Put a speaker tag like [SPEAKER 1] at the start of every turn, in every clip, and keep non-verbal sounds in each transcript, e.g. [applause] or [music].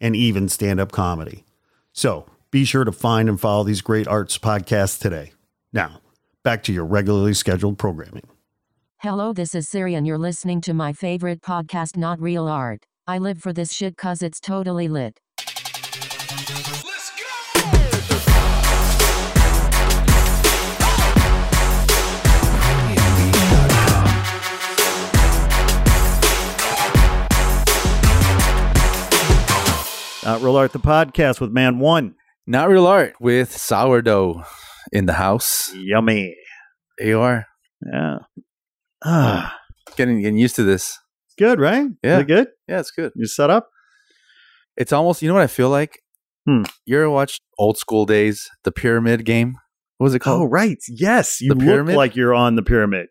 [SPEAKER 1] and even stand up comedy. So be sure to find and follow these great arts podcasts today. Now, back to your regularly scheduled programming.
[SPEAKER 2] Hello, this is Siri, and you're listening to my favorite podcast, Not Real Art. I live for this shit cause it's totally lit.
[SPEAKER 3] Let's go!
[SPEAKER 1] Not Real Art, the podcast with Man One.
[SPEAKER 4] Not real art with sourdough in the house.
[SPEAKER 1] Yummy.
[SPEAKER 4] AR
[SPEAKER 1] Yeah. Ah,
[SPEAKER 4] getting getting used to this.
[SPEAKER 1] it's good, right?
[SPEAKER 4] Yeah.
[SPEAKER 1] Is it good?
[SPEAKER 4] Yeah, it's good.
[SPEAKER 1] You set up?
[SPEAKER 4] It's almost you know what I feel like.
[SPEAKER 1] Hmm.
[SPEAKER 4] You ever watched old school days, the pyramid game? What was it called?
[SPEAKER 1] Oh, right. Yes. You
[SPEAKER 4] The
[SPEAKER 1] look
[SPEAKER 4] pyramid?
[SPEAKER 1] like you're on the pyramid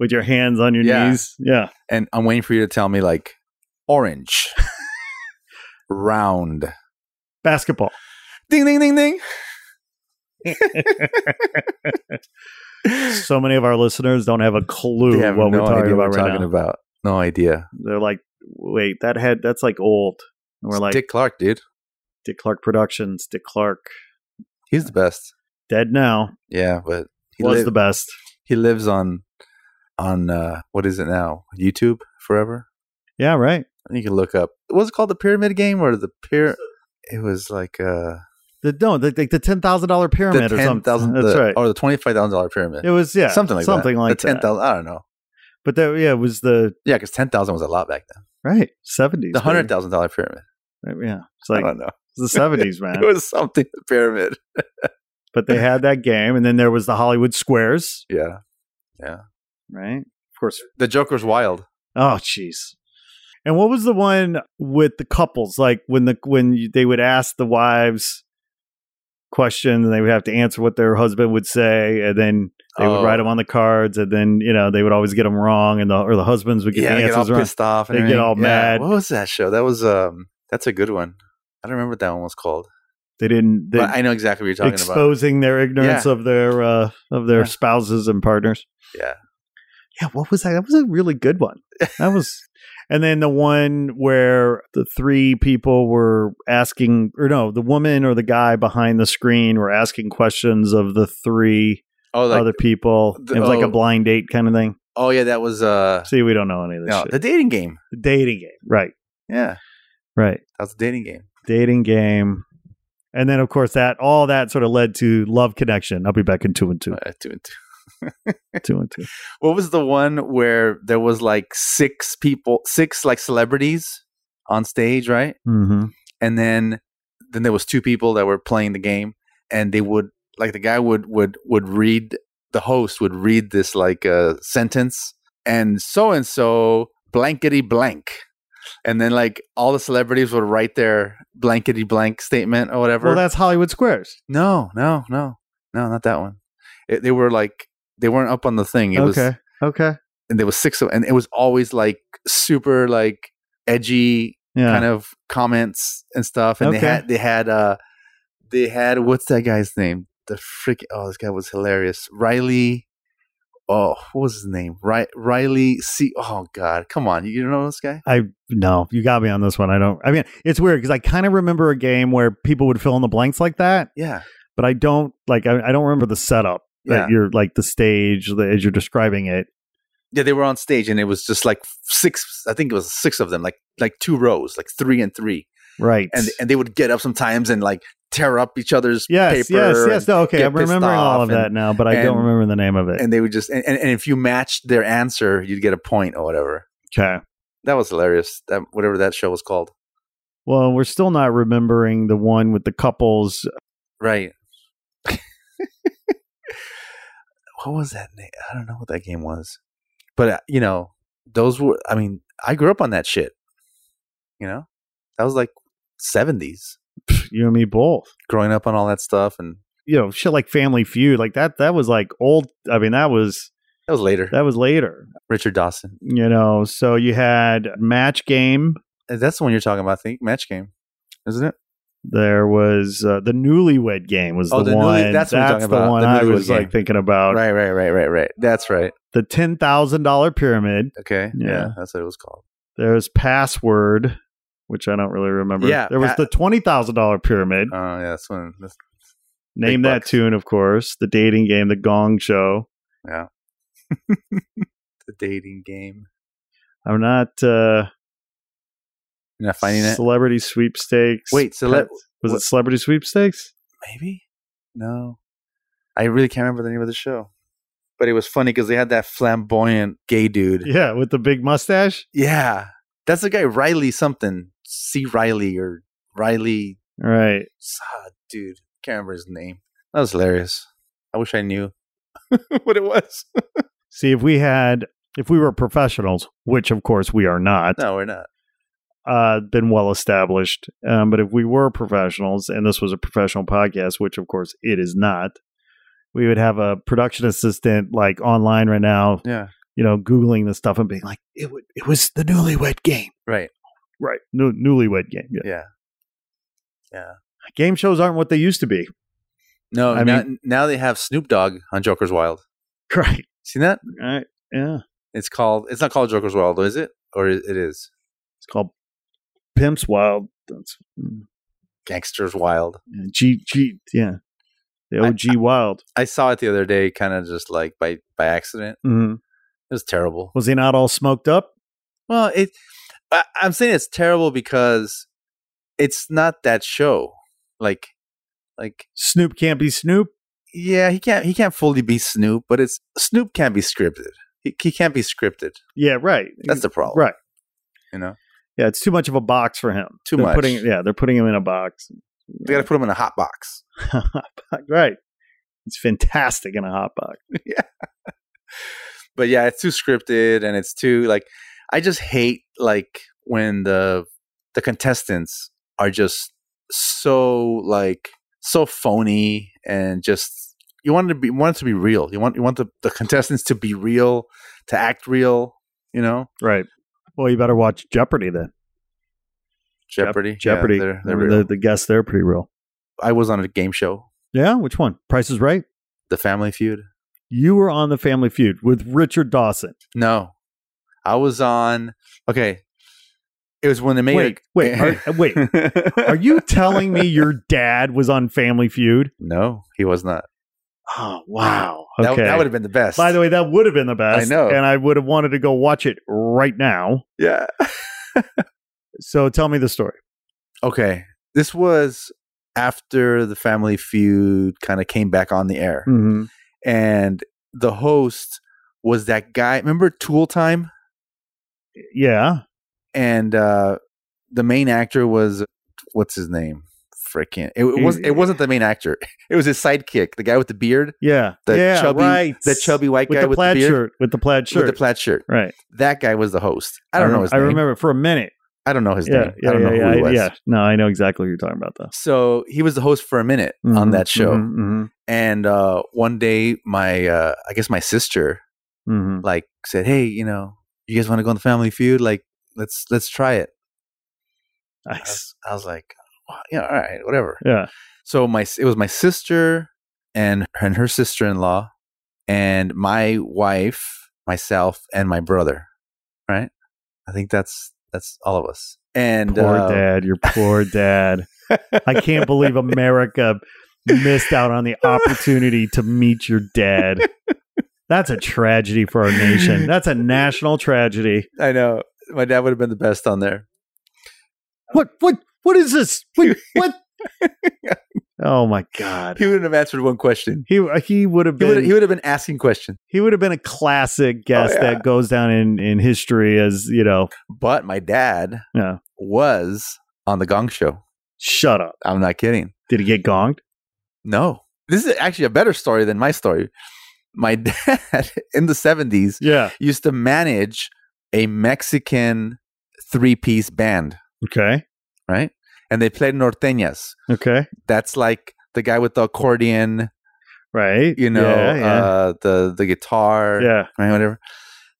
[SPEAKER 1] with your hands on your
[SPEAKER 4] Yeah.
[SPEAKER 1] knees. Yeah.
[SPEAKER 4] And I'm waiting for you to tell me like orange, [laughs] round,
[SPEAKER 1] Basketball.
[SPEAKER 4] ding ding ding ding.
[SPEAKER 1] So many of our listeners don't have a clue
[SPEAKER 4] They have
[SPEAKER 1] what
[SPEAKER 4] no
[SPEAKER 1] we're talking
[SPEAKER 4] idea
[SPEAKER 1] about
[SPEAKER 4] what
[SPEAKER 1] right
[SPEAKER 4] we're talking
[SPEAKER 1] now.
[SPEAKER 4] about. No idea.
[SPEAKER 1] They're like, wait, that head, that's like old. And we're
[SPEAKER 4] It's
[SPEAKER 1] like,
[SPEAKER 4] Dick Clark, dude.
[SPEAKER 1] Dick Clark Productions, Dick Clark,
[SPEAKER 4] He's the best.
[SPEAKER 1] dead now,
[SPEAKER 4] Yeah, but he
[SPEAKER 1] was
[SPEAKER 4] li-
[SPEAKER 1] the best.
[SPEAKER 4] he lives on on uh, what is it now? YouTube forever.
[SPEAKER 1] Yeah, right.
[SPEAKER 4] You can look up. Was it called the Pyramid Game or the Pyr? It was like uh,
[SPEAKER 1] The no, the, the, the ten thousand dollar
[SPEAKER 4] the
[SPEAKER 1] pyramid or
[SPEAKER 4] ten
[SPEAKER 1] something.
[SPEAKER 4] thousand.
[SPEAKER 1] That's right.
[SPEAKER 4] Or the twenty five thousand dollar pyramid.
[SPEAKER 1] It was yeah,
[SPEAKER 4] something like
[SPEAKER 1] something
[SPEAKER 4] that.
[SPEAKER 1] like
[SPEAKER 4] the ten
[SPEAKER 1] that.
[SPEAKER 4] thousand. I don't know.
[SPEAKER 1] But that yeah, it was the
[SPEAKER 4] Yeah, because ten thousand was a lot back then.
[SPEAKER 1] right seventies.
[SPEAKER 4] The hundred thousand dollar pyramid.
[SPEAKER 1] Yeah, it's
[SPEAKER 4] I
[SPEAKER 1] like
[SPEAKER 4] don't know. [laughs]
[SPEAKER 1] it's the seventies, man.
[SPEAKER 4] It was something the pyramid.
[SPEAKER 1] but they had that game, and then there was the Hollywood Squares,
[SPEAKER 4] Yeah,
[SPEAKER 1] right? Of course.
[SPEAKER 4] the Joker's wild.
[SPEAKER 1] Oh, jeez. And what was the one with the couples? Like when the when you, they would ask the wives questions, and they would have to answer what their husband would say, and then they would
[SPEAKER 4] Oh.
[SPEAKER 1] write them on the cards, and then you know they would always get them wrong, and the or the husbands would get
[SPEAKER 4] Yeah,
[SPEAKER 1] the
[SPEAKER 4] they get all
[SPEAKER 1] answers wrong.
[SPEAKER 4] pissed off. And
[SPEAKER 1] They get
[SPEAKER 4] everything.
[SPEAKER 1] all
[SPEAKER 4] Yeah.
[SPEAKER 1] mad.
[SPEAKER 4] What was that show? That was um. That's a good one. I don't remember what that one was called,
[SPEAKER 1] They didn't. They,
[SPEAKER 4] but I know exactly what you're talking about.
[SPEAKER 1] exposing their ignorance of their uh, of their
[SPEAKER 4] Yeah.
[SPEAKER 1] spouses and partners.
[SPEAKER 4] Yeah.
[SPEAKER 1] yeah. What was that? That was a really good one. That
[SPEAKER 4] [laughs]
[SPEAKER 1] was, and then the one where the three people were asking, or no, the woman or the guy behind the screen were asking questions of the three
[SPEAKER 4] Oh, like,
[SPEAKER 1] other people.
[SPEAKER 4] the-
[SPEAKER 1] it was like a
[SPEAKER 4] oh.
[SPEAKER 1] blind date kind of thing.
[SPEAKER 4] oh yeah, that was uh.
[SPEAKER 1] See, we don't know any of this
[SPEAKER 4] No,
[SPEAKER 1] shit.
[SPEAKER 4] the dating game.
[SPEAKER 1] The dating game, right?
[SPEAKER 4] Yeah,
[SPEAKER 1] Right.
[SPEAKER 4] that was the dating game.
[SPEAKER 1] Dating game. And then, of course, that all that sort of led to love connection. I'll be back in two and two,
[SPEAKER 4] Uh, two and two.
[SPEAKER 1] two and two.
[SPEAKER 4] What was the one where there was like six people, six like celebrities on stage, right?
[SPEAKER 1] Mm-hmm.
[SPEAKER 4] And then then there was two people that were playing the game, and they would like the guy would would would read the host would read this like uh, sentence, and so and so blankety blank. And then, like all the celebrities would write their blankety blank statement or whatever.
[SPEAKER 1] Well, that's Hollywood Squares.
[SPEAKER 4] No, no, no, no, not that one. It, they were like they weren't up on the thing. It was
[SPEAKER 1] okay. Okay.
[SPEAKER 4] and there was six of, and it was always like super like edgy
[SPEAKER 1] Yeah.
[SPEAKER 4] kind of comments and stuff. And
[SPEAKER 1] Okay.
[SPEAKER 4] they had they had uh they had what's that guy's name? The freak! Oh, this guy was hilarious. Riley. Oh, what was his name? Ri- Riley C. Oh God, come on! You know this guy?
[SPEAKER 1] I no, you got me on this one. I don't. I mean, it's weird because I kind of remember a game where people would fill in the blanks like that,
[SPEAKER 4] Yeah,
[SPEAKER 1] but I don't like. I, I don't remember the setup that
[SPEAKER 4] yeah,
[SPEAKER 1] you're like the stage that, as you're describing it.
[SPEAKER 4] yeah. They were on stage, and it was just like six. I think it was six of them, like like two rows, like three and three.
[SPEAKER 1] Right.
[SPEAKER 4] and and they would get up sometimes and like tear up each other's
[SPEAKER 1] yes,
[SPEAKER 4] paper.
[SPEAKER 1] yes, yes. No, okay,
[SPEAKER 4] get
[SPEAKER 1] I'm
[SPEAKER 4] pissed
[SPEAKER 1] remembering all
[SPEAKER 4] off
[SPEAKER 1] of that
[SPEAKER 4] and-
[SPEAKER 1] now, but I don't
[SPEAKER 4] and-
[SPEAKER 1] remember the name of it.
[SPEAKER 4] And, and they would just and, and, and if you matched their answer, you'd get a point or whatever.
[SPEAKER 1] okay.
[SPEAKER 4] That was hilarious. That whatever that show was called.
[SPEAKER 1] Well, we're still not remembering the one with the couples.
[SPEAKER 4] Right. [laughs] what was that name? I don't know what that game was. But uh, you know, those were I mean, I grew up on that shit. You know? That was like 70s.
[SPEAKER 1] You and me both.
[SPEAKER 4] growing up on all that stuff, and
[SPEAKER 1] You know, shit like Family Feud, like that. That was like old. I mean, that was
[SPEAKER 4] that was later.
[SPEAKER 1] that was later.
[SPEAKER 4] Richard Dawson.
[SPEAKER 1] You know, so you had Match Game.
[SPEAKER 4] That's the one you're talking about. I think match game, isn't it?
[SPEAKER 1] There was uh, the Newlywed Game was
[SPEAKER 4] Oh,
[SPEAKER 1] the,
[SPEAKER 4] the
[SPEAKER 1] one.
[SPEAKER 4] newly- that's what I'm talking
[SPEAKER 1] the
[SPEAKER 4] about,
[SPEAKER 1] one
[SPEAKER 4] the
[SPEAKER 1] I
[SPEAKER 4] Newlywed
[SPEAKER 1] was like
[SPEAKER 4] Game.
[SPEAKER 1] thinking about.
[SPEAKER 4] Right, right, right, right, right. That's right.
[SPEAKER 1] The ten thousand dollar pyramid.
[SPEAKER 4] Okay. Yeah.
[SPEAKER 1] Yeah.
[SPEAKER 4] that's what it was called.
[SPEAKER 1] There's password, which I don't really remember.
[SPEAKER 4] Yeah,
[SPEAKER 1] there was
[SPEAKER 4] pa-
[SPEAKER 1] the twenty thousand dollar pyramid.
[SPEAKER 4] Oh, yeah, that's when. That's,
[SPEAKER 1] Name
[SPEAKER 4] big
[SPEAKER 1] that
[SPEAKER 4] bucks.
[SPEAKER 1] tune, of course. The dating game, the Gong Show.
[SPEAKER 4] the dating game.
[SPEAKER 1] I'm not uh,
[SPEAKER 4] You're not finding it?
[SPEAKER 1] celebrity sweepstakes.
[SPEAKER 4] Wait, so let,
[SPEAKER 1] was it
[SPEAKER 4] what-
[SPEAKER 1] celebrity sweepstakes?
[SPEAKER 4] maybe? No, I really can't remember the name of the show. But it was funny because they had that flamboyant gay dude. Yeah.
[SPEAKER 1] Yeah, with the big mustache.
[SPEAKER 4] that's the guy Riley something. C Riley or Riley.
[SPEAKER 1] All right,
[SPEAKER 4] Ah, dude, can't remember his name. That was hilarious. I wish I knew [laughs] what it was. [laughs]
[SPEAKER 1] see if we had if we were professionals, which of course we are not.
[SPEAKER 4] No, we're not.
[SPEAKER 1] uh, been well established. Um, but if we were professionals, and this was a professional podcast, which of course it is not, we would have a production assistant like online right now,
[SPEAKER 4] Yeah,
[SPEAKER 1] you know, googling this stuff and being like, "It, w- it was the Newlywed Game,
[SPEAKER 4] right.
[SPEAKER 1] right? New- newlywed Game. Yeah.
[SPEAKER 4] Yeah.
[SPEAKER 1] Game shows aren't what they used to be,
[SPEAKER 4] No,
[SPEAKER 1] I
[SPEAKER 4] now, now they have Snoop Dogg on Joker's Wild.
[SPEAKER 1] right?
[SPEAKER 4] Seen that?
[SPEAKER 1] Right? Yeah.
[SPEAKER 4] It's called. It's not called Joker's Wild, though, is it? Or i- it is
[SPEAKER 1] It's called Pimps Wild. That's
[SPEAKER 4] Gangsters Wild.
[SPEAKER 1] yeah, G G. Yeah, the
[SPEAKER 4] I-
[SPEAKER 1] OG Wild.
[SPEAKER 4] I saw it the other day, kind of just like by by accident.
[SPEAKER 1] hmm
[SPEAKER 4] It was terrible.
[SPEAKER 1] Was he not all smoked up?
[SPEAKER 4] Well, it. I, I'm saying it's terrible because it's not that show. Like, like
[SPEAKER 1] Snoop can't be Snoop.
[SPEAKER 4] yeah, he can't he can't fully be Snoop, but it's Snoop can't be scripted. He, he can't be scripted.
[SPEAKER 1] Yeah, right.
[SPEAKER 4] That's the problem.
[SPEAKER 1] right.
[SPEAKER 4] You know,
[SPEAKER 1] Yeah, it's too much of a box for him.
[SPEAKER 4] Too
[SPEAKER 1] They're
[SPEAKER 4] much.
[SPEAKER 1] Putting, yeah, they're putting him in a box. [laughs]
[SPEAKER 4] they got to put him in a hot box.
[SPEAKER 1] right. He's fantastic in a hot box.
[SPEAKER 4] But yeah, it's too scripted and it's too like I just hate like when the the contestants are just so like so phony and just you want it to be want it to be real. You want you want the, the contestants to be real, to act real, you know?
[SPEAKER 1] Right. Well, you better watch Jeopardy then. Jep-
[SPEAKER 4] Jeopardy. Yeah,
[SPEAKER 1] Jeopardy.
[SPEAKER 4] they're- they're
[SPEAKER 1] I mean,
[SPEAKER 4] real.
[SPEAKER 1] the, the guests there are pretty real.
[SPEAKER 4] I was on a game show,
[SPEAKER 1] Yeah, which one? Price is Right.
[SPEAKER 4] The Family Feud.
[SPEAKER 1] You were on the Family Feud with Richard Dawson.
[SPEAKER 4] No, I was on. Okay, it was when they made.
[SPEAKER 1] wait,
[SPEAKER 4] a-
[SPEAKER 1] wait,
[SPEAKER 4] [laughs]
[SPEAKER 1] are, wait. Are you telling me your dad was on Family Feud?
[SPEAKER 4] No, he was not.
[SPEAKER 1] Oh wow.
[SPEAKER 4] That,
[SPEAKER 1] Okay.
[SPEAKER 4] that would have been the best.
[SPEAKER 1] By the way, that would have been the best.
[SPEAKER 4] I know.
[SPEAKER 1] and I would have wanted to go watch it right now.
[SPEAKER 4] yeah.
[SPEAKER 1] So tell me the story.
[SPEAKER 4] Okay, this was after the Family Feud kind of came back on the air,
[SPEAKER 1] Mm-hmm.
[SPEAKER 4] and the host was that guy. Remember Tool Time?
[SPEAKER 1] Yeah.
[SPEAKER 4] And uh, the main actor was what's his name? Freaking! It, it was. It wasn't the main actor. [laughs] It was his sidekick, the guy with the beard,
[SPEAKER 1] Yeah,
[SPEAKER 4] The
[SPEAKER 1] yeah,
[SPEAKER 4] chubby-
[SPEAKER 1] right.
[SPEAKER 4] the chubby white
[SPEAKER 1] with
[SPEAKER 4] guy
[SPEAKER 1] the
[SPEAKER 4] with
[SPEAKER 1] plaid
[SPEAKER 4] the beard,
[SPEAKER 1] shirt, with the plaid shirt,
[SPEAKER 4] with the plaid shirt.
[SPEAKER 1] right.
[SPEAKER 4] that guy was the host. I don't
[SPEAKER 1] rem-
[SPEAKER 4] know his
[SPEAKER 1] I
[SPEAKER 4] name.
[SPEAKER 1] remember for a minute.
[SPEAKER 4] I don't know his
[SPEAKER 1] yeah,
[SPEAKER 4] name.
[SPEAKER 1] yeah,
[SPEAKER 4] I don't
[SPEAKER 1] yeah,
[SPEAKER 4] know
[SPEAKER 1] yeah,
[SPEAKER 4] who he was.
[SPEAKER 1] yeah. No, I know exactly what you're talking about, though.
[SPEAKER 4] So he was the host for a minute on
[SPEAKER 1] Mhm,
[SPEAKER 4] that show.
[SPEAKER 1] mhm,
[SPEAKER 4] And uh, one day, my uh, I guess my sister
[SPEAKER 1] mhm, mhm.
[SPEAKER 4] like said, "Hey, you know, you guys want to go on the Family Feud? Like, let's let's try it." I
[SPEAKER 1] Nice.
[SPEAKER 4] was, I was like, "Wow, "Yeah, all right, whatever."
[SPEAKER 1] Yeah,
[SPEAKER 4] So my it was my sister and and her sister in law and my wife, myself, and my brother. Right? I think that's that's all of us. And
[SPEAKER 1] poor
[SPEAKER 4] uh,
[SPEAKER 1] dad, your
[SPEAKER 4] [laughs]
[SPEAKER 1] poor dad. I can't believe America missed out on the opportunity to meet your dad. That's a tragedy for our nation. That's a national tragedy.
[SPEAKER 4] I know. My dad would have been the best on there.
[SPEAKER 1] What? What? What is this? [laughs] What? what? Oh my god.
[SPEAKER 4] He wouldn't have answered one question.
[SPEAKER 1] He he would have
[SPEAKER 4] He
[SPEAKER 1] been
[SPEAKER 4] would he would have been asking questions.
[SPEAKER 1] he would have been a classic guest
[SPEAKER 4] yeah.
[SPEAKER 1] that goes down in, in history as you know
[SPEAKER 4] But my dad
[SPEAKER 1] Yeah.
[SPEAKER 4] was on the Gong Show.
[SPEAKER 1] shut up
[SPEAKER 4] I'm not kidding.
[SPEAKER 1] did he get gonged
[SPEAKER 4] No, this is actually a better story than my story. My [laughs] dad in the 70s
[SPEAKER 1] yeah
[SPEAKER 4] used to manage a Mexican three piece band,
[SPEAKER 1] okay
[SPEAKER 4] right? and they played norteñas.
[SPEAKER 1] Okay.
[SPEAKER 4] That's like the guy with the accordion,
[SPEAKER 1] Right.
[SPEAKER 4] you know,
[SPEAKER 1] Yeah. Yeah.
[SPEAKER 4] uh, the the guitar,
[SPEAKER 1] yeah.
[SPEAKER 4] right, whatever.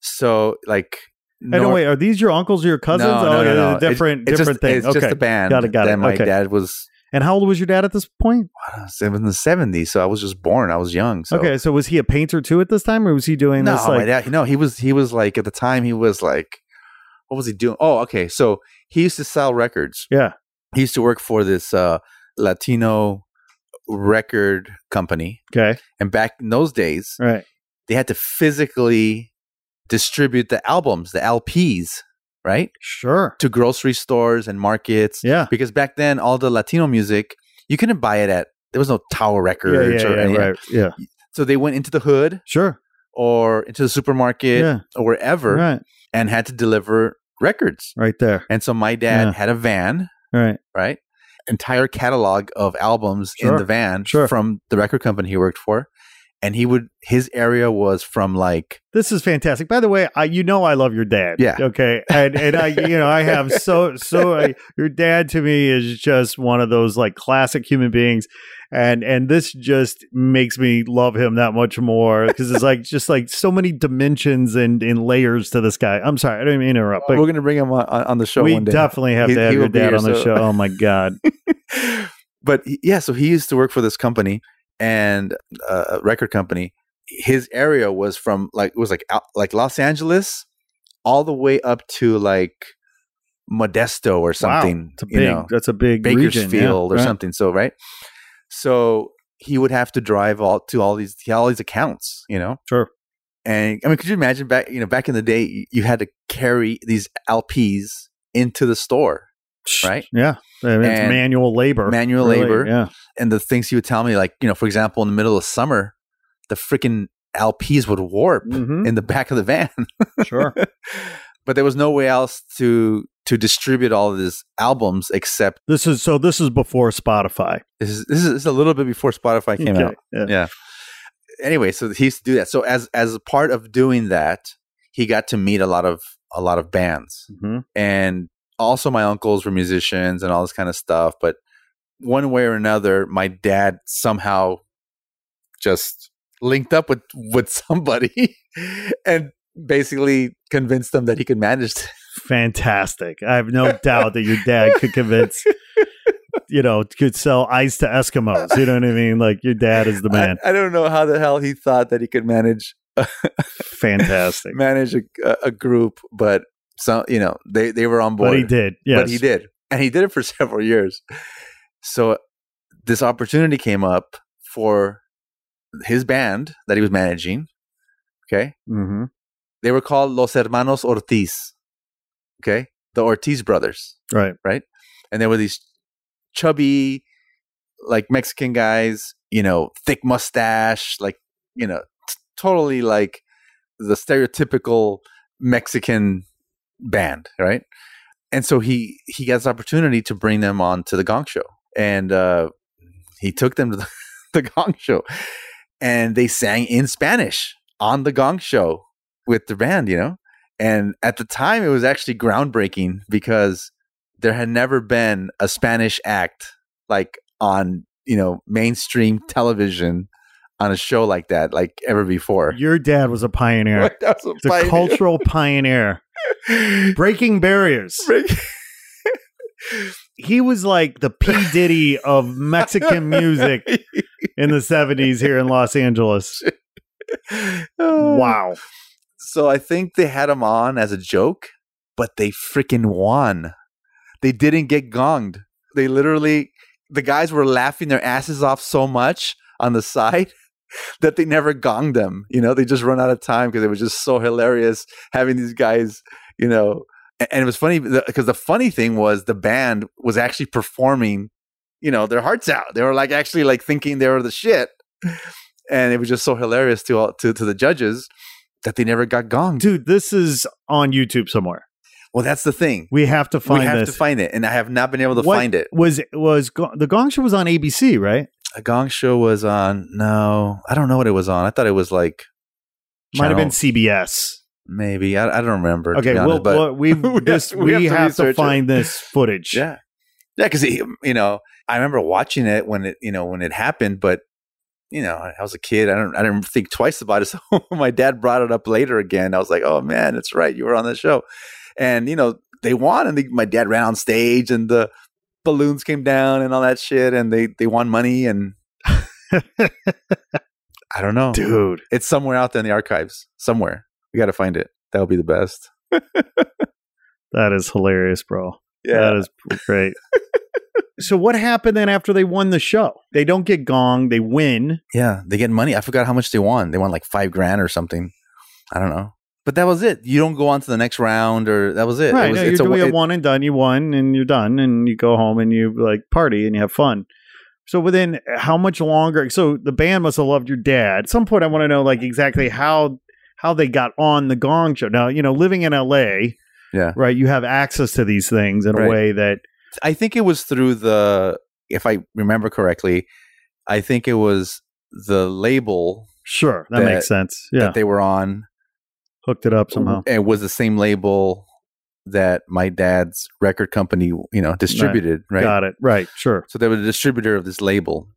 [SPEAKER 4] So like,
[SPEAKER 1] Hey, no,
[SPEAKER 4] nor-
[SPEAKER 1] wait, are these your uncles or your cousins?
[SPEAKER 4] No, no,
[SPEAKER 1] oh,
[SPEAKER 4] no,
[SPEAKER 1] yeah,
[SPEAKER 4] no.
[SPEAKER 1] different,
[SPEAKER 4] it's
[SPEAKER 1] different
[SPEAKER 4] just,
[SPEAKER 1] thing.
[SPEAKER 4] It's
[SPEAKER 1] okay.
[SPEAKER 4] just a band.
[SPEAKER 1] Got it, got it.
[SPEAKER 4] that My
[SPEAKER 1] Okay.
[SPEAKER 4] dad was
[SPEAKER 1] and how old was your dad at this point?
[SPEAKER 4] I was in the seventies, so I was just born. I was young. So.
[SPEAKER 1] Okay, so was he a painter too at this time, or was he doing
[SPEAKER 4] No,
[SPEAKER 1] this
[SPEAKER 4] my
[SPEAKER 1] like?
[SPEAKER 4] dad, no, he was he was like at the time he was like, what was he doing? Oh, okay. So he used to sell records.
[SPEAKER 1] Yeah.
[SPEAKER 4] He used to work for this uh, Latino record company,
[SPEAKER 1] Okay,
[SPEAKER 4] and back in those days,
[SPEAKER 1] all right,
[SPEAKER 4] they had to physically distribute the albums, the LPs, right,
[SPEAKER 1] sure,
[SPEAKER 4] to grocery stores and markets.
[SPEAKER 1] yeah,
[SPEAKER 4] Because back then, all the Latino music you couldn't buy it at. There was no Tower
[SPEAKER 1] yeah, yeah,
[SPEAKER 4] Records
[SPEAKER 1] yeah,
[SPEAKER 4] or any-
[SPEAKER 1] right, yeah,
[SPEAKER 4] So they went into the hood
[SPEAKER 1] sure,
[SPEAKER 4] or into the supermarket
[SPEAKER 1] yeah,
[SPEAKER 4] or wherever
[SPEAKER 1] right,
[SPEAKER 4] and had to deliver records.
[SPEAKER 1] right there,
[SPEAKER 4] And so my dad
[SPEAKER 1] Yeah.
[SPEAKER 4] had a van,
[SPEAKER 1] right,
[SPEAKER 4] right? Entire catalog of albums in
[SPEAKER 1] Sure.
[SPEAKER 4] the van
[SPEAKER 1] Sure.
[SPEAKER 4] from the record company he worked for. And he would, his area was from like,
[SPEAKER 1] This is fantastic. By the way, I you know I love your dad.
[SPEAKER 4] Yeah.
[SPEAKER 1] Okay. And and I you know I have
[SPEAKER 4] [laughs]
[SPEAKER 1] so so I, your dad to me is just one of those like classic human beings, and and this just makes me love him that much more because it's like just like so many dimensions and and layers to this guy. I'm sorry, I didn't mean to interrupt,
[SPEAKER 4] we're
[SPEAKER 1] but
[SPEAKER 4] going to bring him on, on the show
[SPEAKER 1] we
[SPEAKER 4] one day.
[SPEAKER 1] definitely have
[SPEAKER 4] He-
[SPEAKER 1] to have
[SPEAKER 4] he
[SPEAKER 1] your
[SPEAKER 4] will be
[SPEAKER 1] dad
[SPEAKER 4] here,
[SPEAKER 1] on the
[SPEAKER 4] so-
[SPEAKER 1] show. Oh my
[SPEAKER 4] [laughs]
[SPEAKER 1] god.
[SPEAKER 4] but he- yeah, so he used to work for this company and uh, a record company. His area was from like it was like out, like Los Angeles, all the way up to like Modesto or something.
[SPEAKER 1] wow. It's a big.
[SPEAKER 4] you know,
[SPEAKER 1] that's a big region,
[SPEAKER 4] Bakersfield
[SPEAKER 1] yeah,
[SPEAKER 4] or
[SPEAKER 1] right.
[SPEAKER 4] something. So right, so he would have to drive all to all these to all these accounts. You know,
[SPEAKER 1] Sure.
[SPEAKER 4] And I mean, could you imagine back? You know, back in the day, you, you had to carry these LPs into the store, right?
[SPEAKER 1] Yeah. I mean, it's
[SPEAKER 4] And
[SPEAKER 1] manual labor.
[SPEAKER 4] manual
[SPEAKER 1] really,
[SPEAKER 4] labor
[SPEAKER 1] Yeah.
[SPEAKER 4] and the things he would tell me, like you know, for example, in the middle of summer, the freaking LPs would warp
[SPEAKER 1] Mhm.
[SPEAKER 4] in the back of the van, [laughs]
[SPEAKER 1] Sure.
[SPEAKER 4] but there was no way else to to distribute all of these albums except
[SPEAKER 1] [laughs] This is so. This is before Spotify
[SPEAKER 4] this is this is, this is a little bit before Spotify came
[SPEAKER 1] Okay,
[SPEAKER 4] out.
[SPEAKER 1] yeah.
[SPEAKER 4] Anyway, so he used to do that. So as as a part of doing that, he got to meet a lot of a lot of bands,
[SPEAKER 1] Mhm.
[SPEAKER 4] and also my uncles were musicians and all this kind of stuff. But one way or another, my dad somehow just linked up with [laughs] with somebody and basically convinced them that he could manage this.
[SPEAKER 1] Fantastic. I have no doubt that your dad could convince, [laughs] you know, could sell ice to Eskimos. You know what I mean? Like your dad is the man.
[SPEAKER 4] I, I don't know how the hell he thought that he could manage
[SPEAKER 1] [laughs] Fantastic.
[SPEAKER 4] manage a, a- a group, but some you know they they were on board.
[SPEAKER 1] But he did. Yes.
[SPEAKER 4] But he did, and he did it for [laughs] several years. So this opportunity came up for his band that he was managing. Okay,
[SPEAKER 1] Mm-hmm.
[SPEAKER 4] they were called Los Hermanos Ortiz. Okay, the Ortiz brothers,
[SPEAKER 1] Right.
[SPEAKER 4] and they were these chubby, like Mexican guys. You know, thick mustache, like you know, t- totally like the stereotypical Mexican band, right? And so he he got this opportunity to bring them on to the Gong Show, and uh, he took them to the, [laughs] the Gong Show, and they sang in Spanish on the Gong Show with the band, you know. And at the time, it was actually groundbreaking because there had never been a Spanish act like on you know mainstream television on a show like that like ever before.
[SPEAKER 1] Your dad was a pioneer.
[SPEAKER 4] Like, that was
[SPEAKER 1] He's a [laughs]
[SPEAKER 4] pioneer.
[SPEAKER 1] cultural pioneer,
[SPEAKER 4] [laughs]
[SPEAKER 1] breaking barriers. [laughs] He was like the P. Diddy of Mexican music in the 70s here in Los Angeles.
[SPEAKER 4] [laughs] wow.
[SPEAKER 1] Wow.
[SPEAKER 4] So I think they had him on as a joke, but they freaking won. They didn't get gonged. They literally, the guys were laughing their asses off so much on the [laughs] side that they never gonged them. You know, they just run out of time because it was just so hilarious having these guys, you know. A- And it was funny because the funny thing was the band was actually performing, you know, their hearts out. They were like actually like thinking they were the shit. And it was just so hilarious to all, to, to the judges that they never got gonged.
[SPEAKER 1] Dude, this is on YouTube somewhere.
[SPEAKER 4] Well, that's the thing.
[SPEAKER 1] We have to
[SPEAKER 4] We
[SPEAKER 1] find
[SPEAKER 4] have
[SPEAKER 1] this.
[SPEAKER 4] to find it, and I have not been able to
[SPEAKER 1] What
[SPEAKER 4] find it.
[SPEAKER 1] was was Go- the Gong Show was on ABC, right?
[SPEAKER 4] A Gong Show was on. No, I don't know what it was on. I thought it was like
[SPEAKER 1] Might have been
[SPEAKER 4] Channel-
[SPEAKER 1] CBS.
[SPEAKER 4] maybe. I, I don't remember. to
[SPEAKER 1] Okay,
[SPEAKER 4] be honest,
[SPEAKER 1] well,
[SPEAKER 4] but
[SPEAKER 1] well, we
[SPEAKER 4] [laughs] we have
[SPEAKER 1] this
[SPEAKER 4] to-
[SPEAKER 1] we,
[SPEAKER 4] we have to
[SPEAKER 1] have to,
[SPEAKER 4] research it.
[SPEAKER 1] find this footage.
[SPEAKER 4] yeah, Yeah, because you know, I remember watching it when it you know when it happened, but you know, I was a kid. I don't I didn't think twice about it. [laughs] So my dad brought it up later again. I was like, oh man, that's right, you were on the show, and you know they won, and they, my dad ran on stage, and the balloons came down and all that shit, and they they won money, and [laughs] I don't know,
[SPEAKER 1] dude.
[SPEAKER 4] it's somewhere out there in the archives somewhere. We got to find it. That would be the best.
[SPEAKER 1] That is hilarious, bro.
[SPEAKER 4] Yeah,
[SPEAKER 1] That is p-
[SPEAKER 4] [laughs]
[SPEAKER 1] great. so what happened then after they won the show? They don't get gong, they win.
[SPEAKER 4] yeah. They get money. I forgot how much they won. They won like five grand or something. I don't know. But that was it. You don't go on to the next round, or that was it. it
[SPEAKER 1] right.
[SPEAKER 4] was,
[SPEAKER 1] no, you're
[SPEAKER 4] it's a-
[SPEAKER 1] doing a
[SPEAKER 4] it-
[SPEAKER 1] one and done, you won and you're done and you go home and you like party and you have fun. So within how much longer so the band must have loved your dad. At some point I want to know like exactly how how they got on the gong show. Now, you know, living in LA,
[SPEAKER 4] Yeah.
[SPEAKER 1] right, you have access to these things in a
[SPEAKER 4] Right.
[SPEAKER 1] way that
[SPEAKER 4] I think it was through the, if I remember correctly, I think it was the label
[SPEAKER 1] sure, that,
[SPEAKER 4] That-
[SPEAKER 1] makes sense. Yeah.
[SPEAKER 4] that they were on.
[SPEAKER 1] Hooked it up somehow.
[SPEAKER 4] It was the same label that my dad's record company, you know, distributed. Right.
[SPEAKER 1] Got it. Right, sure.
[SPEAKER 4] So they were the distributor of this label.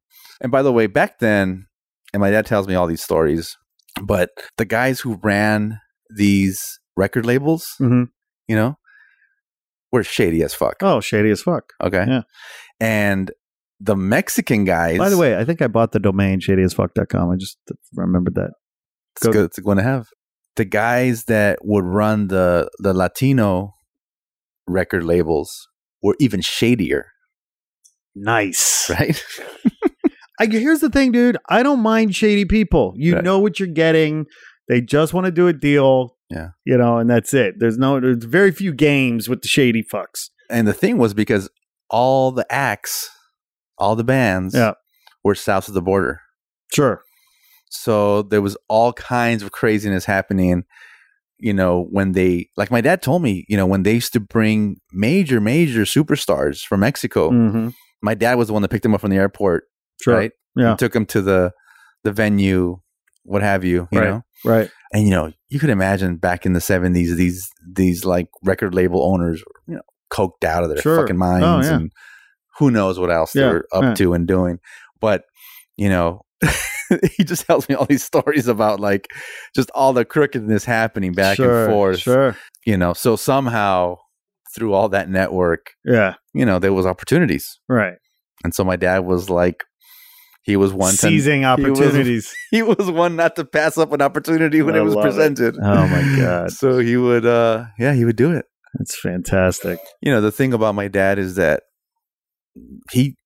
[SPEAKER 4] And by the way, back then, and my dad tells me all these stories, but the guys who ran these record labels,
[SPEAKER 1] Mhm.
[SPEAKER 4] you know, were shady as fuck.
[SPEAKER 1] Oh, shady as fuck.
[SPEAKER 4] Okay.
[SPEAKER 1] yeah.
[SPEAKER 4] And the Mexican guys.
[SPEAKER 1] By the way, I think I bought the domain shadyasfuck.com. I just remembered that.
[SPEAKER 4] it's
[SPEAKER 1] go-
[SPEAKER 4] good. It's going to have the guys that would run the the Latino record labels were even shadier, [laughs]
[SPEAKER 1] Nice. [laughs]
[SPEAKER 4] right?
[SPEAKER 1] I, here's the thing, dude. I don't mind shady people. You
[SPEAKER 4] Right.
[SPEAKER 1] know what you're getting. They just want to do a deal.
[SPEAKER 4] Yeah.
[SPEAKER 1] You know, and that's it. There's no, there's very few games with the shady fucks.
[SPEAKER 4] and the thing was because all the acts, all the bands,
[SPEAKER 1] Yeah.
[SPEAKER 4] were south of the border.
[SPEAKER 1] Sure.
[SPEAKER 4] So there was all kinds of craziness happening. You know, when they like my dad told me, you know, when they used to bring major, major superstars from Mexico,
[SPEAKER 1] Mm-hmm.
[SPEAKER 4] my dad was the one that picked them up from the airport,
[SPEAKER 1] Sure.
[SPEAKER 4] right?
[SPEAKER 1] Yeah.
[SPEAKER 4] And took them to the the venue, what have you, you
[SPEAKER 1] Right.
[SPEAKER 4] know?
[SPEAKER 1] Right.
[SPEAKER 4] And you know, you could imagine back in the seventies, these these like record label owners, you know, coked out of their
[SPEAKER 1] Sure.
[SPEAKER 4] fucking minds,
[SPEAKER 1] Oh, yeah.
[SPEAKER 4] and who knows what else
[SPEAKER 1] Yeah,
[SPEAKER 4] they were up
[SPEAKER 1] yeah.
[SPEAKER 4] to and doing. But you know, [laughs] he just tells me all these stories about like just all the crookedness happening back
[SPEAKER 1] Sure.
[SPEAKER 4] and forth.
[SPEAKER 1] Sure.
[SPEAKER 4] You know, so somehow through all that network,
[SPEAKER 1] Yeah.
[SPEAKER 4] you know, there was opportunities,
[SPEAKER 1] Right.
[SPEAKER 4] and so my dad was like, he was one to-
[SPEAKER 1] Seizing
[SPEAKER 4] was-
[SPEAKER 1] opportunities.
[SPEAKER 4] [laughs] he was one not to pass up an opportunity when
[SPEAKER 1] I
[SPEAKER 4] it was
[SPEAKER 1] love it.
[SPEAKER 4] presented.
[SPEAKER 1] Oh,
[SPEAKER 4] [laughs]
[SPEAKER 1] my God.
[SPEAKER 4] So he would uh yeah, he would do it.
[SPEAKER 1] That's fantastic.
[SPEAKER 4] You know, the thing about my dad is that he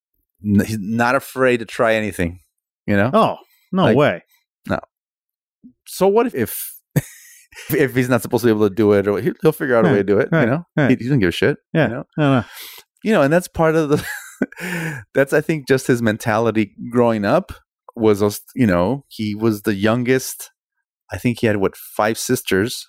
[SPEAKER 4] n- he's not afraid to try anything, you know?
[SPEAKER 1] Oh, no
[SPEAKER 4] Like-
[SPEAKER 1] way.
[SPEAKER 4] So what if if, if [laughs] he's not supposed to be able to do it or he- he'll figure out a way to do it,
[SPEAKER 1] Right,
[SPEAKER 4] you know?
[SPEAKER 1] right.
[SPEAKER 4] He, he doesn't give a shit.
[SPEAKER 1] Yeah.
[SPEAKER 4] You know?
[SPEAKER 1] I don't know.
[SPEAKER 4] You know, and that's part of the [laughs] that's I think just his mentality growing up was us- you know, he was the youngest. I think he had what five sisters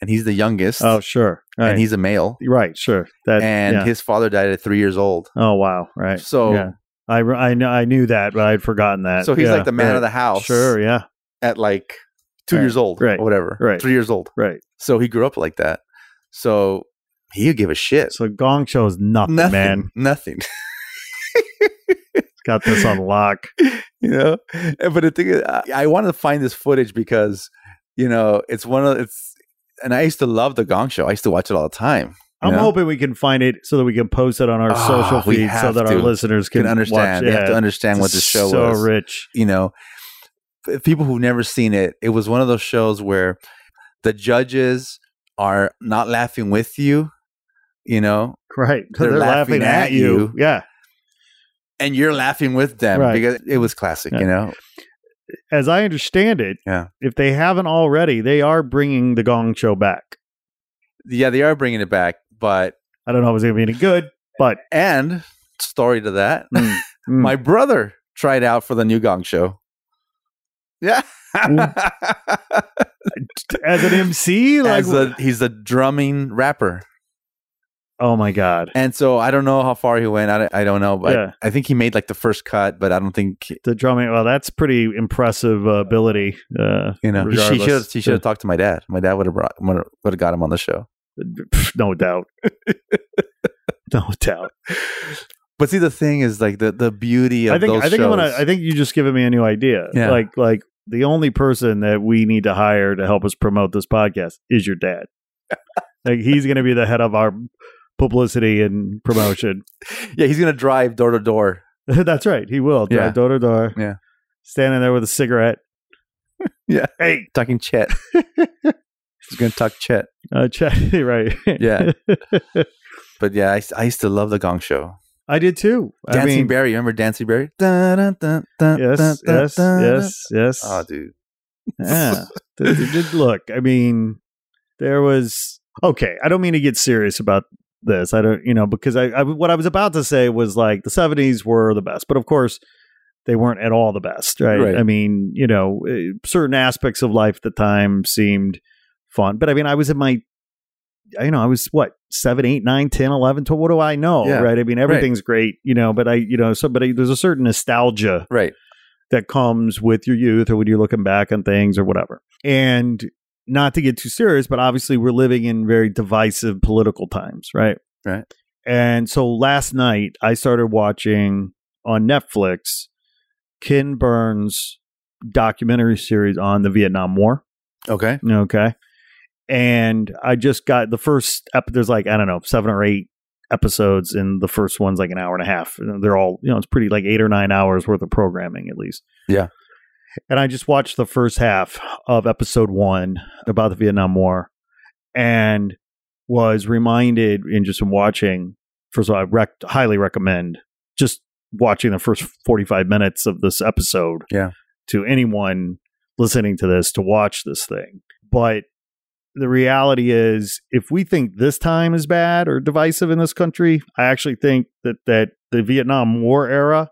[SPEAKER 4] and he's the youngest.
[SPEAKER 1] Oh, sure. Right.
[SPEAKER 4] and he's a male.
[SPEAKER 1] right. Sure. That,
[SPEAKER 4] and
[SPEAKER 1] yeah.
[SPEAKER 4] his father died at three years old.
[SPEAKER 1] oh, wow. Right.
[SPEAKER 4] So,
[SPEAKER 1] Yeah. I, re- I, kn- I knew that, but I'd forgotten that.
[SPEAKER 4] so he's
[SPEAKER 1] Yeah,
[SPEAKER 4] like the man
[SPEAKER 1] right.
[SPEAKER 4] of the house.
[SPEAKER 1] Sure. Yeah.
[SPEAKER 4] At like two
[SPEAKER 1] Right,
[SPEAKER 4] years old,
[SPEAKER 1] right,
[SPEAKER 4] Or whatever.
[SPEAKER 1] right.
[SPEAKER 4] Three years old.
[SPEAKER 1] Right.
[SPEAKER 4] So he grew up like that. So he'd give a shit.
[SPEAKER 1] So Gong Show is nothing,
[SPEAKER 4] nothing.
[SPEAKER 1] man.
[SPEAKER 4] Nothing.
[SPEAKER 1] Got this on
[SPEAKER 4] [laughs]
[SPEAKER 1] lock.
[SPEAKER 4] you know. And- But the thing is, I, I wanted to find this footage because you know it's one of it's. And I used to love the Gong Show. I used to watch it all the time. you
[SPEAKER 1] I'm
[SPEAKER 4] know?
[SPEAKER 1] hoping we can find it so that we can post it on our
[SPEAKER 4] Ah,
[SPEAKER 1] social
[SPEAKER 4] we
[SPEAKER 1] feed so
[SPEAKER 4] have
[SPEAKER 1] that our
[SPEAKER 4] to.
[SPEAKER 1] listeners
[SPEAKER 4] You
[SPEAKER 1] can,
[SPEAKER 4] can understand.
[SPEAKER 1] Watch.
[SPEAKER 4] You have to understand
[SPEAKER 1] It's
[SPEAKER 4] what the show
[SPEAKER 1] so
[SPEAKER 4] was.
[SPEAKER 1] rich.
[SPEAKER 4] you know, f- people who've never seen it, it was one of those shows where the judges are not laughing with you, you know,
[SPEAKER 1] Right.
[SPEAKER 4] They're laughing at you.
[SPEAKER 1] Yeah.
[SPEAKER 4] and you're laughing with them
[SPEAKER 1] Right.
[SPEAKER 4] because it was classic,
[SPEAKER 1] Yeah.
[SPEAKER 4] you know.
[SPEAKER 1] As I understand it,
[SPEAKER 4] Yeah.
[SPEAKER 1] if they haven't already, they are bringing the Gong Show back.
[SPEAKER 4] Yeah, they are bringing it back, but
[SPEAKER 1] I don't know if it's going to be any good, but [laughs]
[SPEAKER 4] and story to that,
[SPEAKER 1] mm, mm.
[SPEAKER 4] my brother tried out for the new Gong Show. Mm. Yeah. [laughs]
[SPEAKER 1] as an MC, like,
[SPEAKER 4] As a, he's a drumming rapper.
[SPEAKER 1] oh my God.
[SPEAKER 4] And so I don't know how far he went. I, don't- I don't know, but
[SPEAKER 1] Yeah.
[SPEAKER 4] I think he made like the first cut, but I don't think
[SPEAKER 1] The drumming, well, that's pretty impressive uh, ability. Uh, [laughs]
[SPEAKER 4] You know, he
[SPEAKER 1] regardless.
[SPEAKER 4] should have he should have talked to my dad. My dad would have brought would have got him on the show.
[SPEAKER 1] Pff, no doubt. [laughs] no doubt.
[SPEAKER 4] But see, the thing is, like the the beauty of
[SPEAKER 1] I think
[SPEAKER 4] those
[SPEAKER 1] I think I'm
[SPEAKER 4] shows.
[SPEAKER 1] gonna, I think you just given me a new idea.
[SPEAKER 4] Yeah.
[SPEAKER 1] Like like the only person that we need to hire to help us promote this podcast is your
[SPEAKER 4] [laughs]
[SPEAKER 1] dad. like he's gonna be the head of our publicity and promotion. [laughs]
[SPEAKER 4] yeah, he's gonna drive door to door.
[SPEAKER 1] That's right. He will. Drive
[SPEAKER 4] Yeah.
[SPEAKER 1] door to door.
[SPEAKER 4] Yeah.
[SPEAKER 1] Standing there with a cigarette.
[SPEAKER 4] Yeah.
[SPEAKER 1] Hey.
[SPEAKER 4] talking Chet.
[SPEAKER 1] [laughs]
[SPEAKER 4] he's gonna talk Chet.
[SPEAKER 1] Uh, [laughs] Chad, right.
[SPEAKER 4] Yeah. But yeah, I, s- I used to love the Gong Show.
[SPEAKER 1] [laughs] I did too. I
[SPEAKER 4] Dancing
[SPEAKER 1] mean,
[SPEAKER 4] Barry, remember Dancing Barry? Dun, dun, dun, dun, dun,
[SPEAKER 1] yes,
[SPEAKER 4] dun,
[SPEAKER 1] yes,
[SPEAKER 4] dun, dun.
[SPEAKER 1] yes, yes.
[SPEAKER 4] Oh, dude.
[SPEAKER 1] Yeah. [laughs] Th- th- th- Look, I mean, there was okay. I don't mean to get serious about this. I don't, you know, because I, I what I was about to say was like the seventies were the best, but of course they weren't at all the best, right?
[SPEAKER 4] Right.
[SPEAKER 1] I mean, you know, eh, certain aspects of life at the time seemed fun, but I mean, I was in my you know, I was what, seven, eight, nine, ten, eleven. 12, what do I know?
[SPEAKER 4] Yeah.
[SPEAKER 1] Right. I mean, everything's great, you know, but I, you know, so, but I, there's a certain nostalgia
[SPEAKER 4] Right.
[SPEAKER 1] that comes with your youth or when you're looking back on things or whatever. And not to get too serious, but obviously we're living in very divisive political times, right?
[SPEAKER 4] Right.
[SPEAKER 1] And so last night I started watching on Netflix Ken Burns documentary series on the Vietnam War.
[SPEAKER 4] Okay.
[SPEAKER 1] Okay. And I just got the first ep- there's like, I don't know, seven or eight episodes and the first one's like an hour and a half. And They're all, you know, it's pretty like eight or nine hours worth of programming at least.
[SPEAKER 4] Yeah.
[SPEAKER 1] And I just watched the first half of episode one about the Vietnam War and was reminded in just in watching, first of all, I rec- highly recommend just watching the first 45 minutes of this episode
[SPEAKER 4] Yeah.
[SPEAKER 1] to anyone listening to this to watch this thing. But the reality is, if we think this time is bad or divisive in this country, I actually think that that the Vietnam War era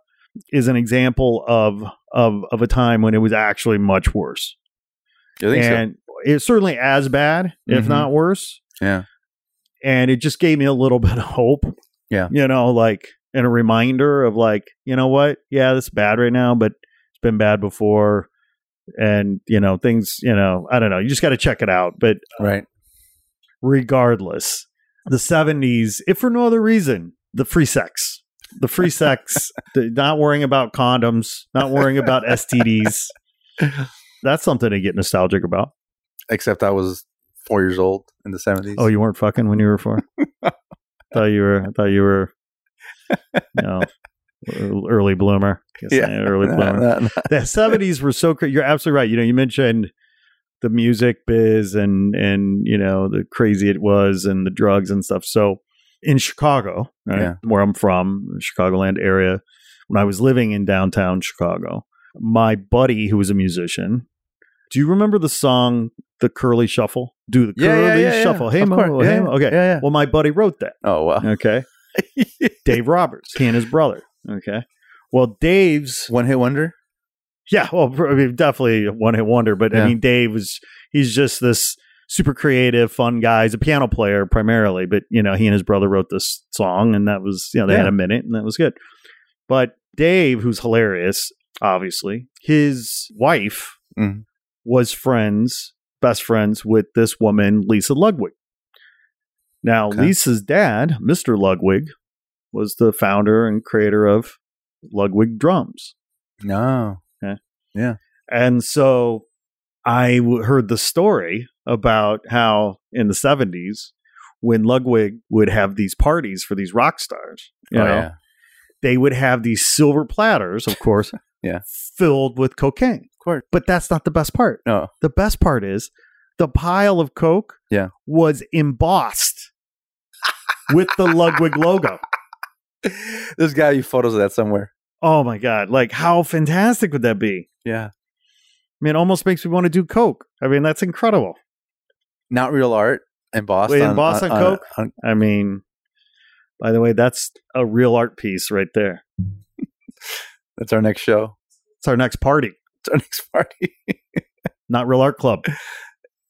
[SPEAKER 1] is an example of of of a time when it was actually much worse
[SPEAKER 4] You think so?
[SPEAKER 1] and it's certainly as bad, if
[SPEAKER 4] Mhm.
[SPEAKER 1] not worse.
[SPEAKER 4] Yeah.
[SPEAKER 1] And it just gave me a little [laughs] bit of hope.
[SPEAKER 4] Yeah.
[SPEAKER 1] You know, like, and a reminder of like, you know what? Yeah, this is bad right now, but it's been bad before. And, you know, things, you know, I don't know. You just got to check it out. But
[SPEAKER 4] Right.
[SPEAKER 1] regardless, the 70s, if for no other reason, the free sex, the free
[SPEAKER 4] [laughs]
[SPEAKER 1] sex, the not worrying about condoms, not worrying about STDs.
[SPEAKER 4] [laughs]
[SPEAKER 1] That's something to get nostalgic about.
[SPEAKER 4] Except I was four years old in the 70s.
[SPEAKER 1] Oh, you weren't fucking when you were
[SPEAKER 4] [laughs]
[SPEAKER 1] four. thought you were. I thought you were. You know, ear- early bloomer. Guess
[SPEAKER 4] Yeah.
[SPEAKER 1] I am early
[SPEAKER 4] Nah,
[SPEAKER 1] bloomer. [laughs]
[SPEAKER 4] nah, nah.
[SPEAKER 1] The seventies were so. Cra- you're absolutely right. You know, you mentioned the music biz and and you know the crazy it was and the drugs and stuff. So in Chicago, right,
[SPEAKER 4] Yeah.
[SPEAKER 1] where I'm from, the Chicagoland area, when I was living in downtown Chicago, my buddy who was a musician. Do you remember the song "The Curly Shuffle"? Do the
[SPEAKER 4] Yeah,
[SPEAKER 1] curly
[SPEAKER 4] yeah, yeah, yeah.
[SPEAKER 1] shuffle? Hey,
[SPEAKER 4] Of
[SPEAKER 1] mo,
[SPEAKER 4] course.
[SPEAKER 1] hey,
[SPEAKER 4] Yeah,
[SPEAKER 1] mo. Okay.
[SPEAKER 4] yeah, yeah.
[SPEAKER 1] Well, my buddy wrote that.
[SPEAKER 4] Oh, wow. [laughs]
[SPEAKER 1] Okay. Dave Roberts, he and his brother. Okay. Well, Dave's
[SPEAKER 4] One hit wonder?
[SPEAKER 1] yeah, well, I mean, definitely a one hit wonder. But I
[SPEAKER 4] Yeah.
[SPEAKER 1] mean, Dave was he's just this super creative, fun guy. He's a piano player primarily, but you know, he and his brother wrote this song, and that was you know they had
[SPEAKER 4] Yeah.
[SPEAKER 1] a minute, and that was good. But Dave, who's hilarious, obviously, his wife
[SPEAKER 4] Mhm.
[SPEAKER 1] was friends, best friends with this woman, Lisa Ludwig. Now,
[SPEAKER 4] Okay.
[SPEAKER 1] Lisa's dad, Mr. Ludwig, was the founder and creator of Ludwig Drums.
[SPEAKER 4] No.
[SPEAKER 1] And so I w- heard the story about how in the 70s, when Ludwig would have these parties for these rock stars, you
[SPEAKER 4] Oh,
[SPEAKER 1] know,
[SPEAKER 4] yeah.
[SPEAKER 1] they would have these silver platters, of course,
[SPEAKER 4] Yeah.
[SPEAKER 1] filled with cocaine.
[SPEAKER 4] Of course. [laughs]
[SPEAKER 1] But that's not the best part.
[SPEAKER 4] No.
[SPEAKER 1] The best part is the pile of coke
[SPEAKER 4] Yeah.
[SPEAKER 1] was embossed [laughs] with the Ludwig logo.
[SPEAKER 4] There's got to be photos of that somewhere.
[SPEAKER 1] Oh my God. Like, how fantastic would that be?
[SPEAKER 4] Yeah.
[SPEAKER 1] I mean, it almost makes me want to do coke. I mean, that's incredible.
[SPEAKER 4] Not real art. Embossed
[SPEAKER 1] Wait,
[SPEAKER 4] on,
[SPEAKER 1] embossed on Coke?
[SPEAKER 4] on-
[SPEAKER 1] I mean, by the way, that's a real art piece right there.
[SPEAKER 4] that's our next show.
[SPEAKER 1] It's our next party,
[SPEAKER 4] It's our next [laughs] party.
[SPEAKER 1] not real art club.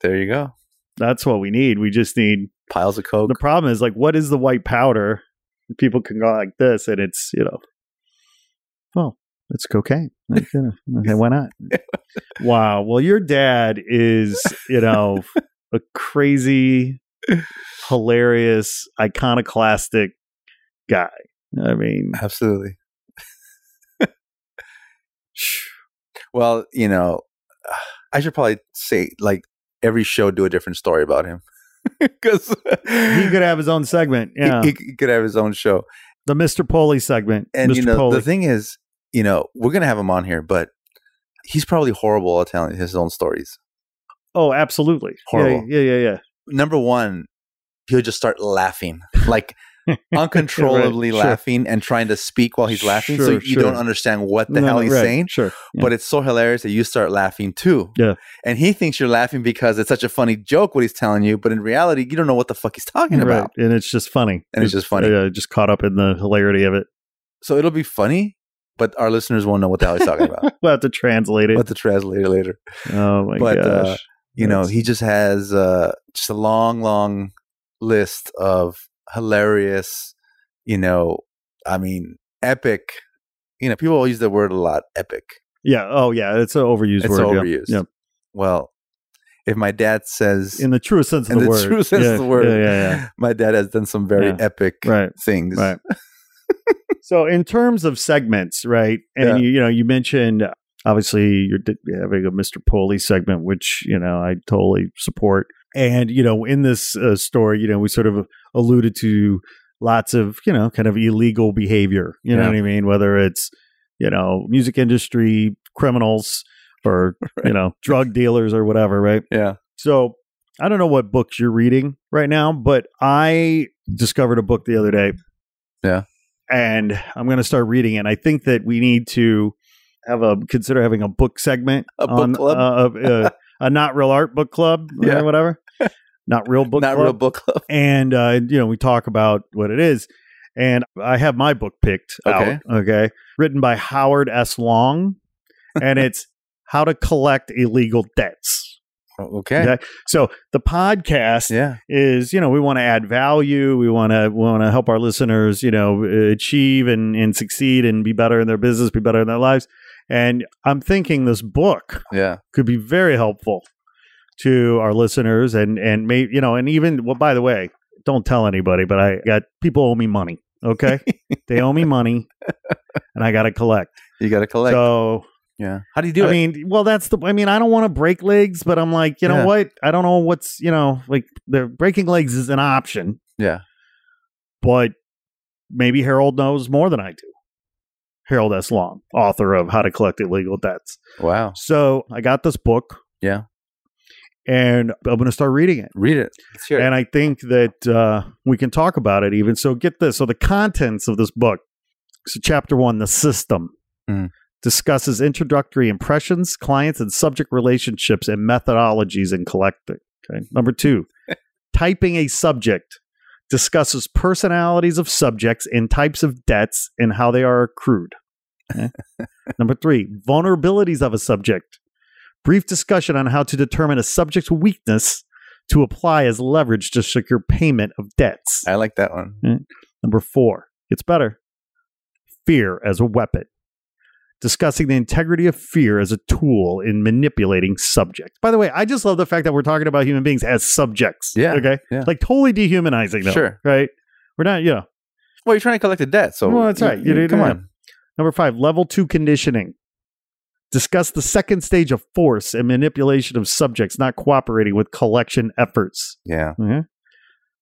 [SPEAKER 4] there you go.
[SPEAKER 1] That's what we need. We just need.
[SPEAKER 4] Piles of Coke.
[SPEAKER 1] The problem is like, what is the white powder? People can go like this, and it's you know, well, it's cocaine. Like, you know, [laughs] okay, why not? wow. Well, your dad is you know [laughs] a crazy, hilarious, iconoclastic guy. I mean,
[SPEAKER 4] Absolutely. well, you know, I should probably say like every show do a different story about him [laughs] because
[SPEAKER 1] he could have his own segment. Yeah,
[SPEAKER 4] he, he could have his own show.
[SPEAKER 1] the Mister Poley segment.
[SPEAKER 4] And
[SPEAKER 1] Mr.
[SPEAKER 4] you know,
[SPEAKER 1] Poley.
[SPEAKER 4] the thing is, you know, we're gonna have him on here, but he's probably horrible at telling his own stories.
[SPEAKER 1] oh, absolutely
[SPEAKER 4] Horrible.
[SPEAKER 1] Yeah, yeah, yeah. yeah.
[SPEAKER 4] Number one, he'll just start laughing
[SPEAKER 1] [laughs]
[SPEAKER 4] like [laughs] uncontrollably
[SPEAKER 1] Right, sure.
[SPEAKER 4] laughing and trying to speak while he's laughing, so
[SPEAKER 1] Sure,
[SPEAKER 4] you
[SPEAKER 1] sure.
[SPEAKER 4] don't understand what the
[SPEAKER 1] No,
[SPEAKER 4] hell
[SPEAKER 1] no,
[SPEAKER 4] he's
[SPEAKER 1] right,
[SPEAKER 4] saying.
[SPEAKER 1] Sure, yeah.
[SPEAKER 4] but it's so hilarious that you start laughing too.
[SPEAKER 1] Yeah.
[SPEAKER 4] And he thinks you're laughing because it's such a funny joke what he's telling you, but in reality, you don't know what the fuck he's talking
[SPEAKER 1] right,
[SPEAKER 4] about.
[SPEAKER 1] and it's just funny,
[SPEAKER 4] And it's just funny.
[SPEAKER 1] Yeah, just caught up in the hilarity of it.
[SPEAKER 4] So it'll be funny, but our listeners won't know what the hell he's talking
[SPEAKER 1] [laughs]
[SPEAKER 4] about.
[SPEAKER 1] We'll have to translate it.
[SPEAKER 4] But the translator later.
[SPEAKER 1] oh my
[SPEAKER 4] but, uh,
[SPEAKER 1] gosh!
[SPEAKER 4] You know,
[SPEAKER 1] That's-
[SPEAKER 4] he just has uh, just a long, long list of hilarious, you know, I mean, epic. You know, people use the word a lot, epic.
[SPEAKER 1] yeah. Oh yeah, it's an overused
[SPEAKER 4] It's
[SPEAKER 1] word. yeah.
[SPEAKER 4] overused.
[SPEAKER 1] Yeah.
[SPEAKER 4] Well, if my dad says
[SPEAKER 1] in the truest sense of
[SPEAKER 4] in
[SPEAKER 1] the,
[SPEAKER 4] the,
[SPEAKER 1] word.
[SPEAKER 4] true [laughs] sense
[SPEAKER 1] yeah,
[SPEAKER 4] of the word.
[SPEAKER 1] Yeah,
[SPEAKER 4] [laughs]
[SPEAKER 1] yeah,
[SPEAKER 4] My dad has done some very
[SPEAKER 1] Yeah.
[SPEAKER 4] epic
[SPEAKER 1] Right.
[SPEAKER 4] things.
[SPEAKER 1] yeah. right.
[SPEAKER 4] [laughs]
[SPEAKER 1] so, in terms of segments, right? And
[SPEAKER 4] Yeah.
[SPEAKER 1] you, you know, you mentioned obviously you're d- having a Mr. Poley segment, which you know I totally support. And you know, in this uh, story, you know, we sort of alluded to lots of you know kind of illegal behavior. You know
[SPEAKER 4] Yeah.
[SPEAKER 1] what I mean? Whether it's you know music industry criminals
[SPEAKER 4] [laughs]
[SPEAKER 1] or you know drug dealers or whatever, right?
[SPEAKER 4] Yeah.
[SPEAKER 1] So I don't know what books you're reading right now, but I discovered a book the other day.
[SPEAKER 4] Yeah.
[SPEAKER 1] And I'm going to start reading it. I think that we need to have a consider having a book segment,
[SPEAKER 4] A book club?
[SPEAKER 1] uh, of, uh, a not real art book club,
[SPEAKER 4] Yeah.
[SPEAKER 1] or
[SPEAKER 4] [laughs]
[SPEAKER 1] whatever. Not real book
[SPEAKER 4] Not
[SPEAKER 1] club
[SPEAKER 4] real book club. [laughs]
[SPEAKER 1] and uh, you know we talk about what it is and i have my book picked
[SPEAKER 4] Okay.
[SPEAKER 1] out okay written by howard s long
[SPEAKER 4] [laughs]
[SPEAKER 1] and it's how to collect illegal debts
[SPEAKER 4] Okay.
[SPEAKER 1] Oh, Okay. so the podcast
[SPEAKER 4] Yeah.
[SPEAKER 1] is you know we want to add value we want to want to help our listeners you know achieve and and succeed and be better in their business be better in their lives and i'm thinking this book
[SPEAKER 4] Yeah.
[SPEAKER 1] could be very helpful to our listeners and and maybe you know and even well by the way don't tell anybody but i got people owe me money okay they owe me money and i gotta collect
[SPEAKER 4] You got to collect.
[SPEAKER 1] so
[SPEAKER 4] yeah. How do you do
[SPEAKER 1] i
[SPEAKER 4] it?
[SPEAKER 1] mean well that's the i mean i don't want to break legs but i'm like you know
[SPEAKER 4] Yeah.
[SPEAKER 1] what i don't know what's you know like the breaking legs is an option
[SPEAKER 4] Yeah.
[SPEAKER 1] but maybe harold knows more than i do harold s long author of how to collect illegal debts
[SPEAKER 4] wow.
[SPEAKER 1] so I got this book.
[SPEAKER 4] Yeah.
[SPEAKER 1] And I'm going to start reading it.
[SPEAKER 4] Read it. Let's hear it.
[SPEAKER 1] And I think that uh, we can talk about it even. So get this. So the contents of this book. So chapter one, the system.
[SPEAKER 4] Mm.
[SPEAKER 1] Discusses introductory impressions, clients, and subject relationships and methodologies in collecting. Okay. Number two, typing a subject discusses personalities of subjects and types of debts and how they are accrued.
[SPEAKER 4] [laughs]
[SPEAKER 1] Okay. Number three, vulnerabilities of a subject. Brief discussion on how to determine a subject's weakness to apply as leverage to secure payment of debts.
[SPEAKER 4] I like that one.
[SPEAKER 1] Number four, it's better. Fear as a weapon. Discussing the integrity of fear as a tool in manipulating subjects. By the way, I just love the fact that we're talking about human beings as subjects.
[SPEAKER 4] Yeah,
[SPEAKER 1] Okay.
[SPEAKER 4] yeah.
[SPEAKER 1] Like totally dehumanizing them.
[SPEAKER 4] Sure.
[SPEAKER 1] Right. We're not, you know.
[SPEAKER 4] Well, you're trying to collect a debt. So
[SPEAKER 1] Well, that's
[SPEAKER 4] you-
[SPEAKER 1] right.
[SPEAKER 4] you-
[SPEAKER 1] You-
[SPEAKER 4] come
[SPEAKER 1] yeah.
[SPEAKER 4] on.
[SPEAKER 1] Number five, level two conditioning. Discuss the second stage of force and manipulation of subjects not cooperating with collection efforts.
[SPEAKER 4] Yeah.
[SPEAKER 1] Okay.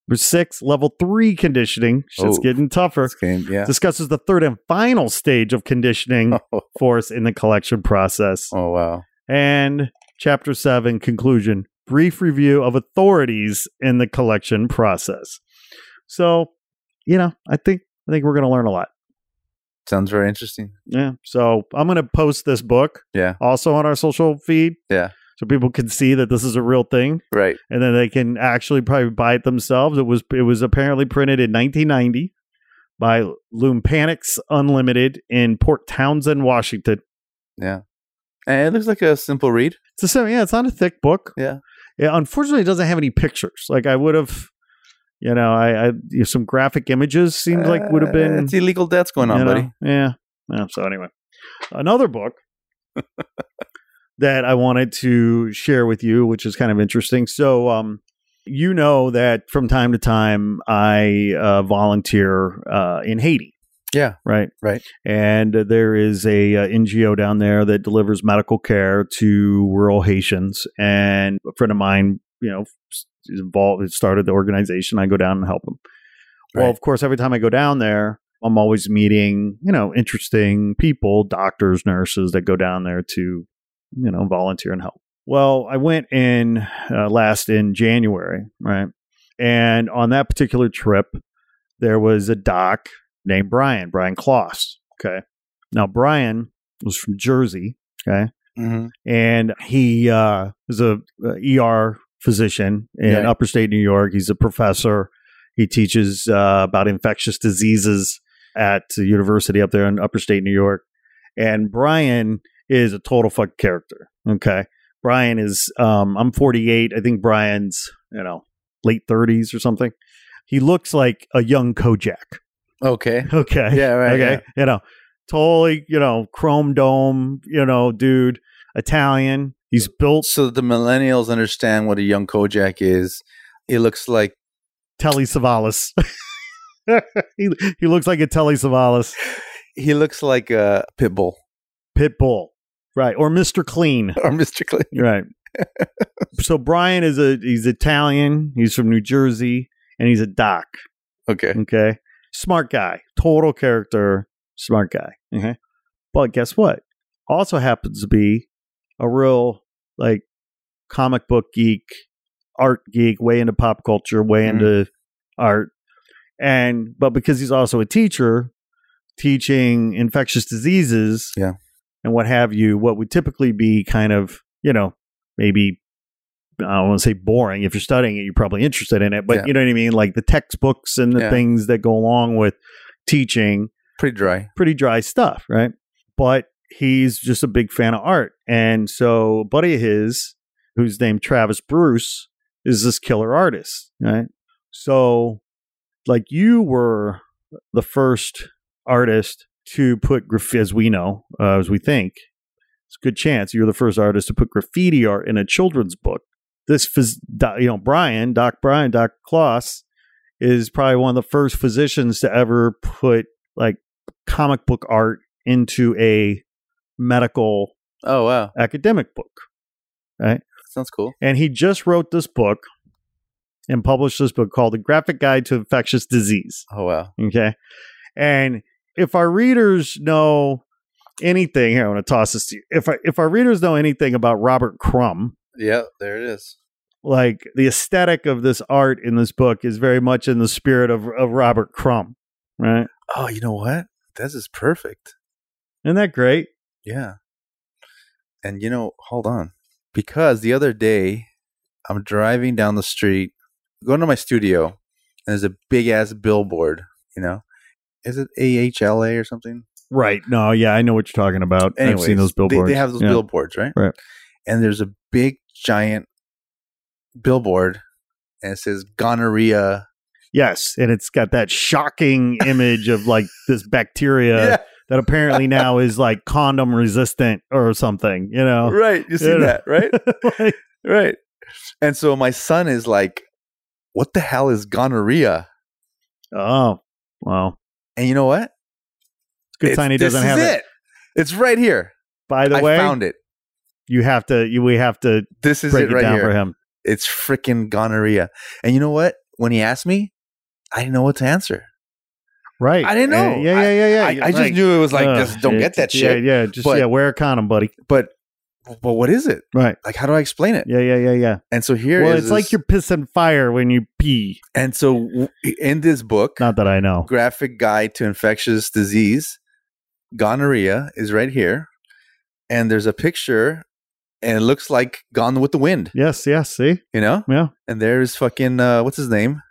[SPEAKER 1] Number six, level three conditioning. Shit's
[SPEAKER 4] Oh.
[SPEAKER 1] getting tougher.
[SPEAKER 4] This game. [laughs] Yeah.
[SPEAKER 1] discusses the third and final stage of conditioning
[SPEAKER 4] [laughs] Oh,
[SPEAKER 1] force in the collection process.
[SPEAKER 4] oh, wow.
[SPEAKER 1] And chapter seven, conclusion brief review of authorities in the collection process. So, you know, I think I think we're gonna learn a lot.
[SPEAKER 4] Sounds very interesting.
[SPEAKER 1] Yeah. So I'm gonna post this book
[SPEAKER 4] Yeah.
[SPEAKER 1] also on our social feed.
[SPEAKER 4] Yeah.
[SPEAKER 1] So people can see that this is a real thing
[SPEAKER 4] Right.
[SPEAKER 1] and then they can actually probably buy it themselves. It was it was apparently printed in 1990 by Lumpanics Unlimited in Port Townsend, Washington.
[SPEAKER 4] And it looks like a simple read.
[SPEAKER 1] It's a sim- yeah, it's not a thick book.
[SPEAKER 4] Yeah.
[SPEAKER 1] yeah. Unfortunately, it doesn't have any pictures. Like I would have, you know, I, I you know, some graphic images seems like would have
[SPEAKER 4] Uh,
[SPEAKER 1] been
[SPEAKER 4] It's illegal debts going on,
[SPEAKER 1] you know,
[SPEAKER 4] buddy.
[SPEAKER 1] Yeah. Yeah, So anyway, another
[SPEAKER 4] [laughs]
[SPEAKER 1] book that I wanted to share with you, which is kind of interesting. So, um, You know that from time to time I uh, volunteer uh, in Haiti.
[SPEAKER 4] Yeah.
[SPEAKER 1] Right.
[SPEAKER 4] Right.
[SPEAKER 1] And uh, there is a uh, NGO down there that delivers medical care to rural Haitians. And a friend of mine, you know, s- is involved. Started the organization. I go down and help him. Well,
[SPEAKER 4] Right.
[SPEAKER 1] of course, every time I go down there, I'm always meeting, you know, interesting people, doctors, nurses that go down there to, you know, volunteer and help. Well, I went in uh, last in January, right? And on that particular trip, there was a doc named Brian, Brian Kloss. Okay. Now, Brian was from Jersey,
[SPEAKER 4] Mm-hmm.
[SPEAKER 1] and he uh, is a, a ER physician in
[SPEAKER 4] Yeah.
[SPEAKER 1] Upper State New York. He's a professor. He teaches uh, about infectious diseases at the university up there in Upper State New York. And Brian is a total fuck character. Okay, Brian is. Um, I'm 48. I think Brian's you know late 30s or something. He looks like a young Kojak. [laughs]
[SPEAKER 4] Okay.
[SPEAKER 1] Okay.
[SPEAKER 4] Yeah, right,
[SPEAKER 1] Okay. You know, totally, you know, chrome dome, you know, dude, Italian. He's built
[SPEAKER 4] So the millennials understand what a young Kojak is. It looks like
[SPEAKER 1] Telly Savalas. [laughs] he, he looks like a Telly Savalas
[SPEAKER 4] he looks like a pit bull [laughs]
[SPEAKER 1] pit bull. Right. Or Mr. Clean.
[SPEAKER 4] or Mr. Clean. [laughs]
[SPEAKER 1] Right. so Brian is a he's Italian. He's from New Jersey and he's a doc.
[SPEAKER 4] Okay.
[SPEAKER 1] Okay. Smart guy. Total character. Smart guy.
[SPEAKER 4] Mm-hmm.
[SPEAKER 1] Okay. But guess what? Also happens to be a real like comic book geek, art geek, way into pop culture, way
[SPEAKER 4] Mhm.
[SPEAKER 1] into art. And but because he's also a teacher teaching infectious diseases
[SPEAKER 4] Yeah.
[SPEAKER 1] and what have you, what would typically be kind of, you know, maybe I don't want to say boring. If you're studying it, you're probably interested in it, but
[SPEAKER 4] Yeah.
[SPEAKER 1] you know what I mean? Like the textbooks and the
[SPEAKER 4] Yeah.
[SPEAKER 1] things that go along with teaching,
[SPEAKER 4] Pretty dry.
[SPEAKER 1] pretty dry stuff, right? But he's just a big fan of art. And so a buddy of his, who's named Travis Bruce, is this killer artist, right? So like you were the first artist to put graffiti, as we know, uh, as we think, it's a good chance you're the first artist to put graffiti art in a children's book. This, phys- doc, you know, Brian, Doc Brian, Doc Kloss is probably one of the first physicians to ever put like comic book art into a medical
[SPEAKER 4] Oh wow.
[SPEAKER 1] academic book.
[SPEAKER 4] Sounds cool.
[SPEAKER 1] And he just wrote this book and published this book called The Graphic Guide to Infectious Disease.
[SPEAKER 4] Oh wow.
[SPEAKER 1] Okay. And if our readers know anything here, I want to toss this to you. If I, if our readers know anything about Robert Crumb,
[SPEAKER 4] Yeah, there it is.
[SPEAKER 1] like the aesthetic of this art in this book is very much in the spirit of, of Robert Crumb, right?
[SPEAKER 4] Oh, you know what? This is perfect.
[SPEAKER 1] Isn't that great?
[SPEAKER 4] Yeah. And you know, hold on. Because the other day, I'm driving down the street, going to my studio, and there's a big ass billboard, you know? Is it AHLA or something?
[SPEAKER 1] Right. No, yeah, I know what you're talking about.
[SPEAKER 4] Anyways,
[SPEAKER 1] I've seen those
[SPEAKER 4] they-
[SPEAKER 1] billboards.
[SPEAKER 4] They, have those
[SPEAKER 1] Yeah.
[SPEAKER 4] billboards, right?
[SPEAKER 1] Right.
[SPEAKER 4] And there's a big, giant billboard, and it says gonorrhea.
[SPEAKER 1] Yes, and it's got that shocking image of like this
[SPEAKER 4] [laughs]
[SPEAKER 1] bacteria that apparently now is like condom resistant or something, you
[SPEAKER 4] Yeah,
[SPEAKER 1] know.
[SPEAKER 4] right. You see
[SPEAKER 1] Oh. Yeah.
[SPEAKER 4] that,
[SPEAKER 1] [laughs]
[SPEAKER 4] right?
[SPEAKER 1] Like,
[SPEAKER 4] Right. And so my son is like, what the hell is gonorrhea?
[SPEAKER 1] oh, wow.
[SPEAKER 4] And you know what?
[SPEAKER 1] It's good
[SPEAKER 4] It's-
[SPEAKER 1] sign he
[SPEAKER 4] this
[SPEAKER 1] doesn't
[SPEAKER 4] is
[SPEAKER 1] have it.
[SPEAKER 4] It's right here.
[SPEAKER 1] By the
[SPEAKER 4] I
[SPEAKER 1] way,
[SPEAKER 4] found it.
[SPEAKER 1] you have to you, we have to
[SPEAKER 4] This is
[SPEAKER 1] break
[SPEAKER 4] it
[SPEAKER 1] it,
[SPEAKER 4] right
[SPEAKER 1] down for
[SPEAKER 4] here.
[SPEAKER 1] him.
[SPEAKER 4] It's freaking gonorrhea. And you know what? When he asked me, I didn't know what to answer.
[SPEAKER 1] Right.
[SPEAKER 4] I didn't know.
[SPEAKER 1] Uh, yeah, yeah, yeah, yeah.
[SPEAKER 4] I, I
[SPEAKER 1] You're
[SPEAKER 4] just
[SPEAKER 1] like,
[SPEAKER 4] knew it was like,
[SPEAKER 1] uh,
[SPEAKER 4] just don't
[SPEAKER 1] yeah,
[SPEAKER 4] get that
[SPEAKER 1] yeah,
[SPEAKER 4] shit.
[SPEAKER 1] Yeah, just
[SPEAKER 4] But-
[SPEAKER 1] yeah, wear a condom, buddy.
[SPEAKER 4] But, but what is it?
[SPEAKER 1] Right.
[SPEAKER 4] Like, how do I explain it?
[SPEAKER 1] Yeah, yeah, yeah, yeah.
[SPEAKER 4] And so here
[SPEAKER 1] well,
[SPEAKER 4] is
[SPEAKER 1] it's like
[SPEAKER 4] this-
[SPEAKER 1] you're pissing fire when you pee.
[SPEAKER 4] And so w- in this book,
[SPEAKER 1] Not that I know.
[SPEAKER 4] graphic guide to infectious disease, gonorrhea is right here, and there's a picture, and it looks like Gone with the Wind,
[SPEAKER 1] Yes, yes, see?
[SPEAKER 4] you know?
[SPEAKER 1] Yeah.
[SPEAKER 4] And there's fucking uh, what's his name?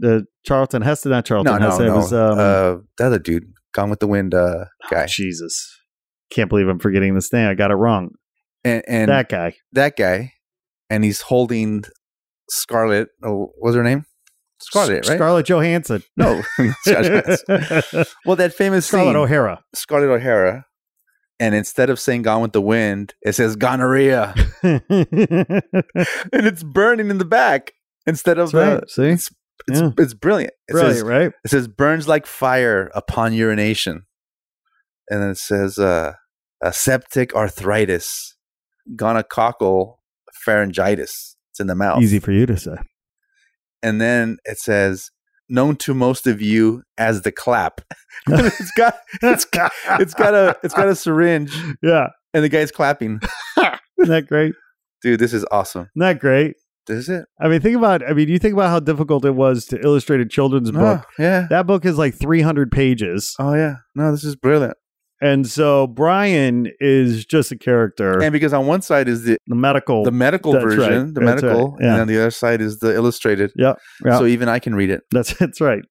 [SPEAKER 1] The Charlton Heston, not Charlton
[SPEAKER 4] no, no,
[SPEAKER 1] Heston.
[SPEAKER 4] no.
[SPEAKER 1] It was um, Oh,
[SPEAKER 4] uh, the other dude, Gone with the Wind uh, guy,
[SPEAKER 1] [sighs] Jesus. Can't believe I'm forgetting this name. I got it wrong.
[SPEAKER 4] and, and that
[SPEAKER 1] that guy.
[SPEAKER 4] guy, and he's holding Scarlet. Oh, what's her name? Scarlet, right?
[SPEAKER 1] Scarlett Johansson.
[SPEAKER 4] [laughs]
[SPEAKER 1] [laughs]
[SPEAKER 4] no, Scarlet.
[SPEAKER 1] Scarlett
[SPEAKER 4] well, that famous scene.
[SPEAKER 1] O'Hara. [laughs] [laughs]
[SPEAKER 4] Scarlett O'Hara, and instead of saying "Gone with the Wind," it says "Gonorrhea."
[SPEAKER 1] That's
[SPEAKER 4] and it's burning in the back instead of the.
[SPEAKER 1] right. See,
[SPEAKER 4] It's, it's,
[SPEAKER 1] Yeah.
[SPEAKER 4] it's brilliant. It
[SPEAKER 1] brilliant,
[SPEAKER 4] says,
[SPEAKER 1] right?
[SPEAKER 4] It says burns like fire upon urination, and then it says uh, a septic arthritis, gonococcal pharyngitis. It's in the mouth.
[SPEAKER 1] Easy for you to say.
[SPEAKER 4] And then it says known to most of you as the clap. [laughs] it's got [laughs]
[SPEAKER 1] [laughs]
[SPEAKER 4] it's got it's got a it's got a syringe,
[SPEAKER 1] yeah.
[SPEAKER 4] and the guy's clapping.
[SPEAKER 1] Isn't that great?
[SPEAKER 4] Dude, this is awesome.
[SPEAKER 1] Isn't that great?
[SPEAKER 4] This is it.
[SPEAKER 1] I mean, think about. I mean, you think about how difficult it was to illustrate a children's book.
[SPEAKER 4] Oh, yeah.
[SPEAKER 1] That book is like 300 pages,
[SPEAKER 4] Oh yeah. No, this is brilliant.
[SPEAKER 1] and so Brian is just a character.
[SPEAKER 4] And because on one side is the
[SPEAKER 1] the medical.
[SPEAKER 4] the medical
[SPEAKER 1] Oh, That's right.
[SPEAKER 4] version, the
[SPEAKER 1] That's
[SPEAKER 4] medical,
[SPEAKER 1] right. Yeah.
[SPEAKER 4] and on the other side is the illustrated.
[SPEAKER 1] Yep. Yep.
[SPEAKER 4] So even I can read it.
[SPEAKER 1] that's [laughs] that's right.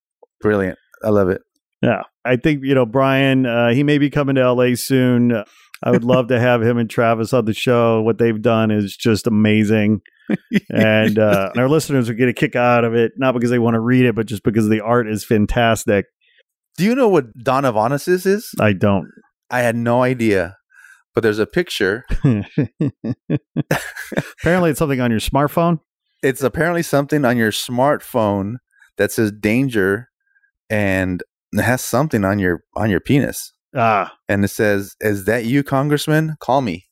[SPEAKER 4] Brilliant. I love it.
[SPEAKER 1] Yeah, I think you know Brian. Uh, he may be coming to LA soon. Uh, I would love to have him and Travis on the show. What they've done is just
[SPEAKER 4] [laughs]
[SPEAKER 1] amazing, and uh, our listeners would get a kick out of it, not because they want to read it, but just because the art is fantastic.
[SPEAKER 4] Do you know what Donovanesis is?
[SPEAKER 1] I don't.
[SPEAKER 4] I had no idea. But there's a picture.
[SPEAKER 1] Apparently, it's something on your smartphone.
[SPEAKER 4] It's apparently something on your smartphone that says danger and it has something on your on your penis. [laughs]
[SPEAKER 1] Ah,
[SPEAKER 4] And it says, Is that you, Congressman? Call me.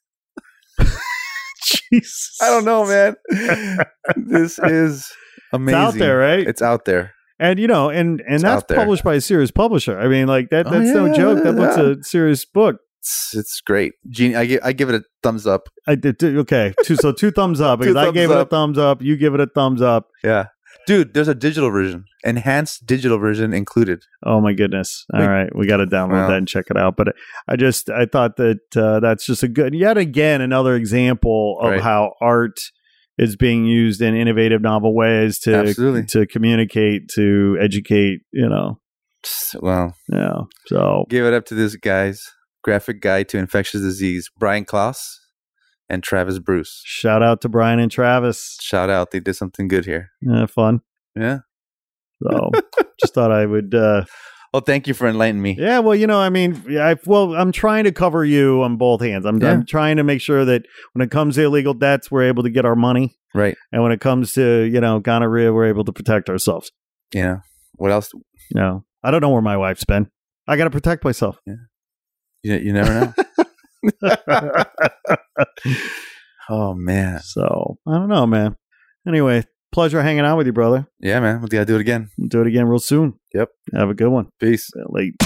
[SPEAKER 1] jeez.
[SPEAKER 4] I don't
[SPEAKER 1] [laughs]
[SPEAKER 4] know, man. this is
[SPEAKER 1] It's
[SPEAKER 4] amazing.
[SPEAKER 1] out there, right?
[SPEAKER 4] It's out there.
[SPEAKER 1] and you know, and and
[SPEAKER 4] It's
[SPEAKER 1] that's
[SPEAKER 4] out there.
[SPEAKER 1] published by a serious publisher. I mean, like that.
[SPEAKER 4] Oh,
[SPEAKER 1] That's no
[SPEAKER 4] yeah,
[SPEAKER 1] joke. That book's
[SPEAKER 4] yeah.
[SPEAKER 1] a serious book.
[SPEAKER 4] It's, it's great. Gene, I give, I give it a thumbs up.
[SPEAKER 1] I did two, okay. Two, so two thumbs up
[SPEAKER 4] Two
[SPEAKER 1] because I
[SPEAKER 4] thumbs
[SPEAKER 1] gave it a
[SPEAKER 4] up.
[SPEAKER 1] thumbs up. You give it a thumbs up.
[SPEAKER 4] Yeah. Dude, there's a digital version, enhanced digital version included.
[SPEAKER 1] Oh my goodness! All
[SPEAKER 4] Wait.
[SPEAKER 1] right, we got to download
[SPEAKER 4] Wow.
[SPEAKER 1] that and check it out. But I just I thought that uh, that's just a good yet again another example of
[SPEAKER 4] Right.
[SPEAKER 1] how art is being used in innovative, novel ways to
[SPEAKER 4] Absolutely.
[SPEAKER 1] to communicate, to educate. You know,
[SPEAKER 4] Psst, Well,
[SPEAKER 1] yeah. So
[SPEAKER 4] give it up to this guy's graphic guide to infectious disease, Brian Klaus and Travis Bruce.
[SPEAKER 1] shout out to Brian and Travis.
[SPEAKER 4] Shout out. They did something good here.
[SPEAKER 1] Yeah, fun.
[SPEAKER 4] Yeah. [laughs]
[SPEAKER 1] So just thought I would. Uh,
[SPEAKER 4] Oh, thank you for enlightening me.
[SPEAKER 1] Yeah, well, you know, I mean, yeah, I, well, I'm trying to cover you on both hands. I'm,
[SPEAKER 4] Yeah.
[SPEAKER 1] I'm trying to make sure that when it comes to illegal debts, we're able to get our money,
[SPEAKER 4] Right.
[SPEAKER 1] and when it comes to you know gonorrhea, we're able to protect ourselves.
[SPEAKER 4] You know, what else?
[SPEAKER 1] You know, I don't know where my wife's been. I got to protect myself. [laughs]
[SPEAKER 4] You, you never know. oh, man.
[SPEAKER 1] So I don't know, man. Anyway, pleasure hanging out with you, brother.
[SPEAKER 4] Yeah, man. We got to do it again.
[SPEAKER 1] We'll do it again real soon.
[SPEAKER 4] Yep.
[SPEAKER 1] Have a good one.
[SPEAKER 4] Peace.
[SPEAKER 1] Late.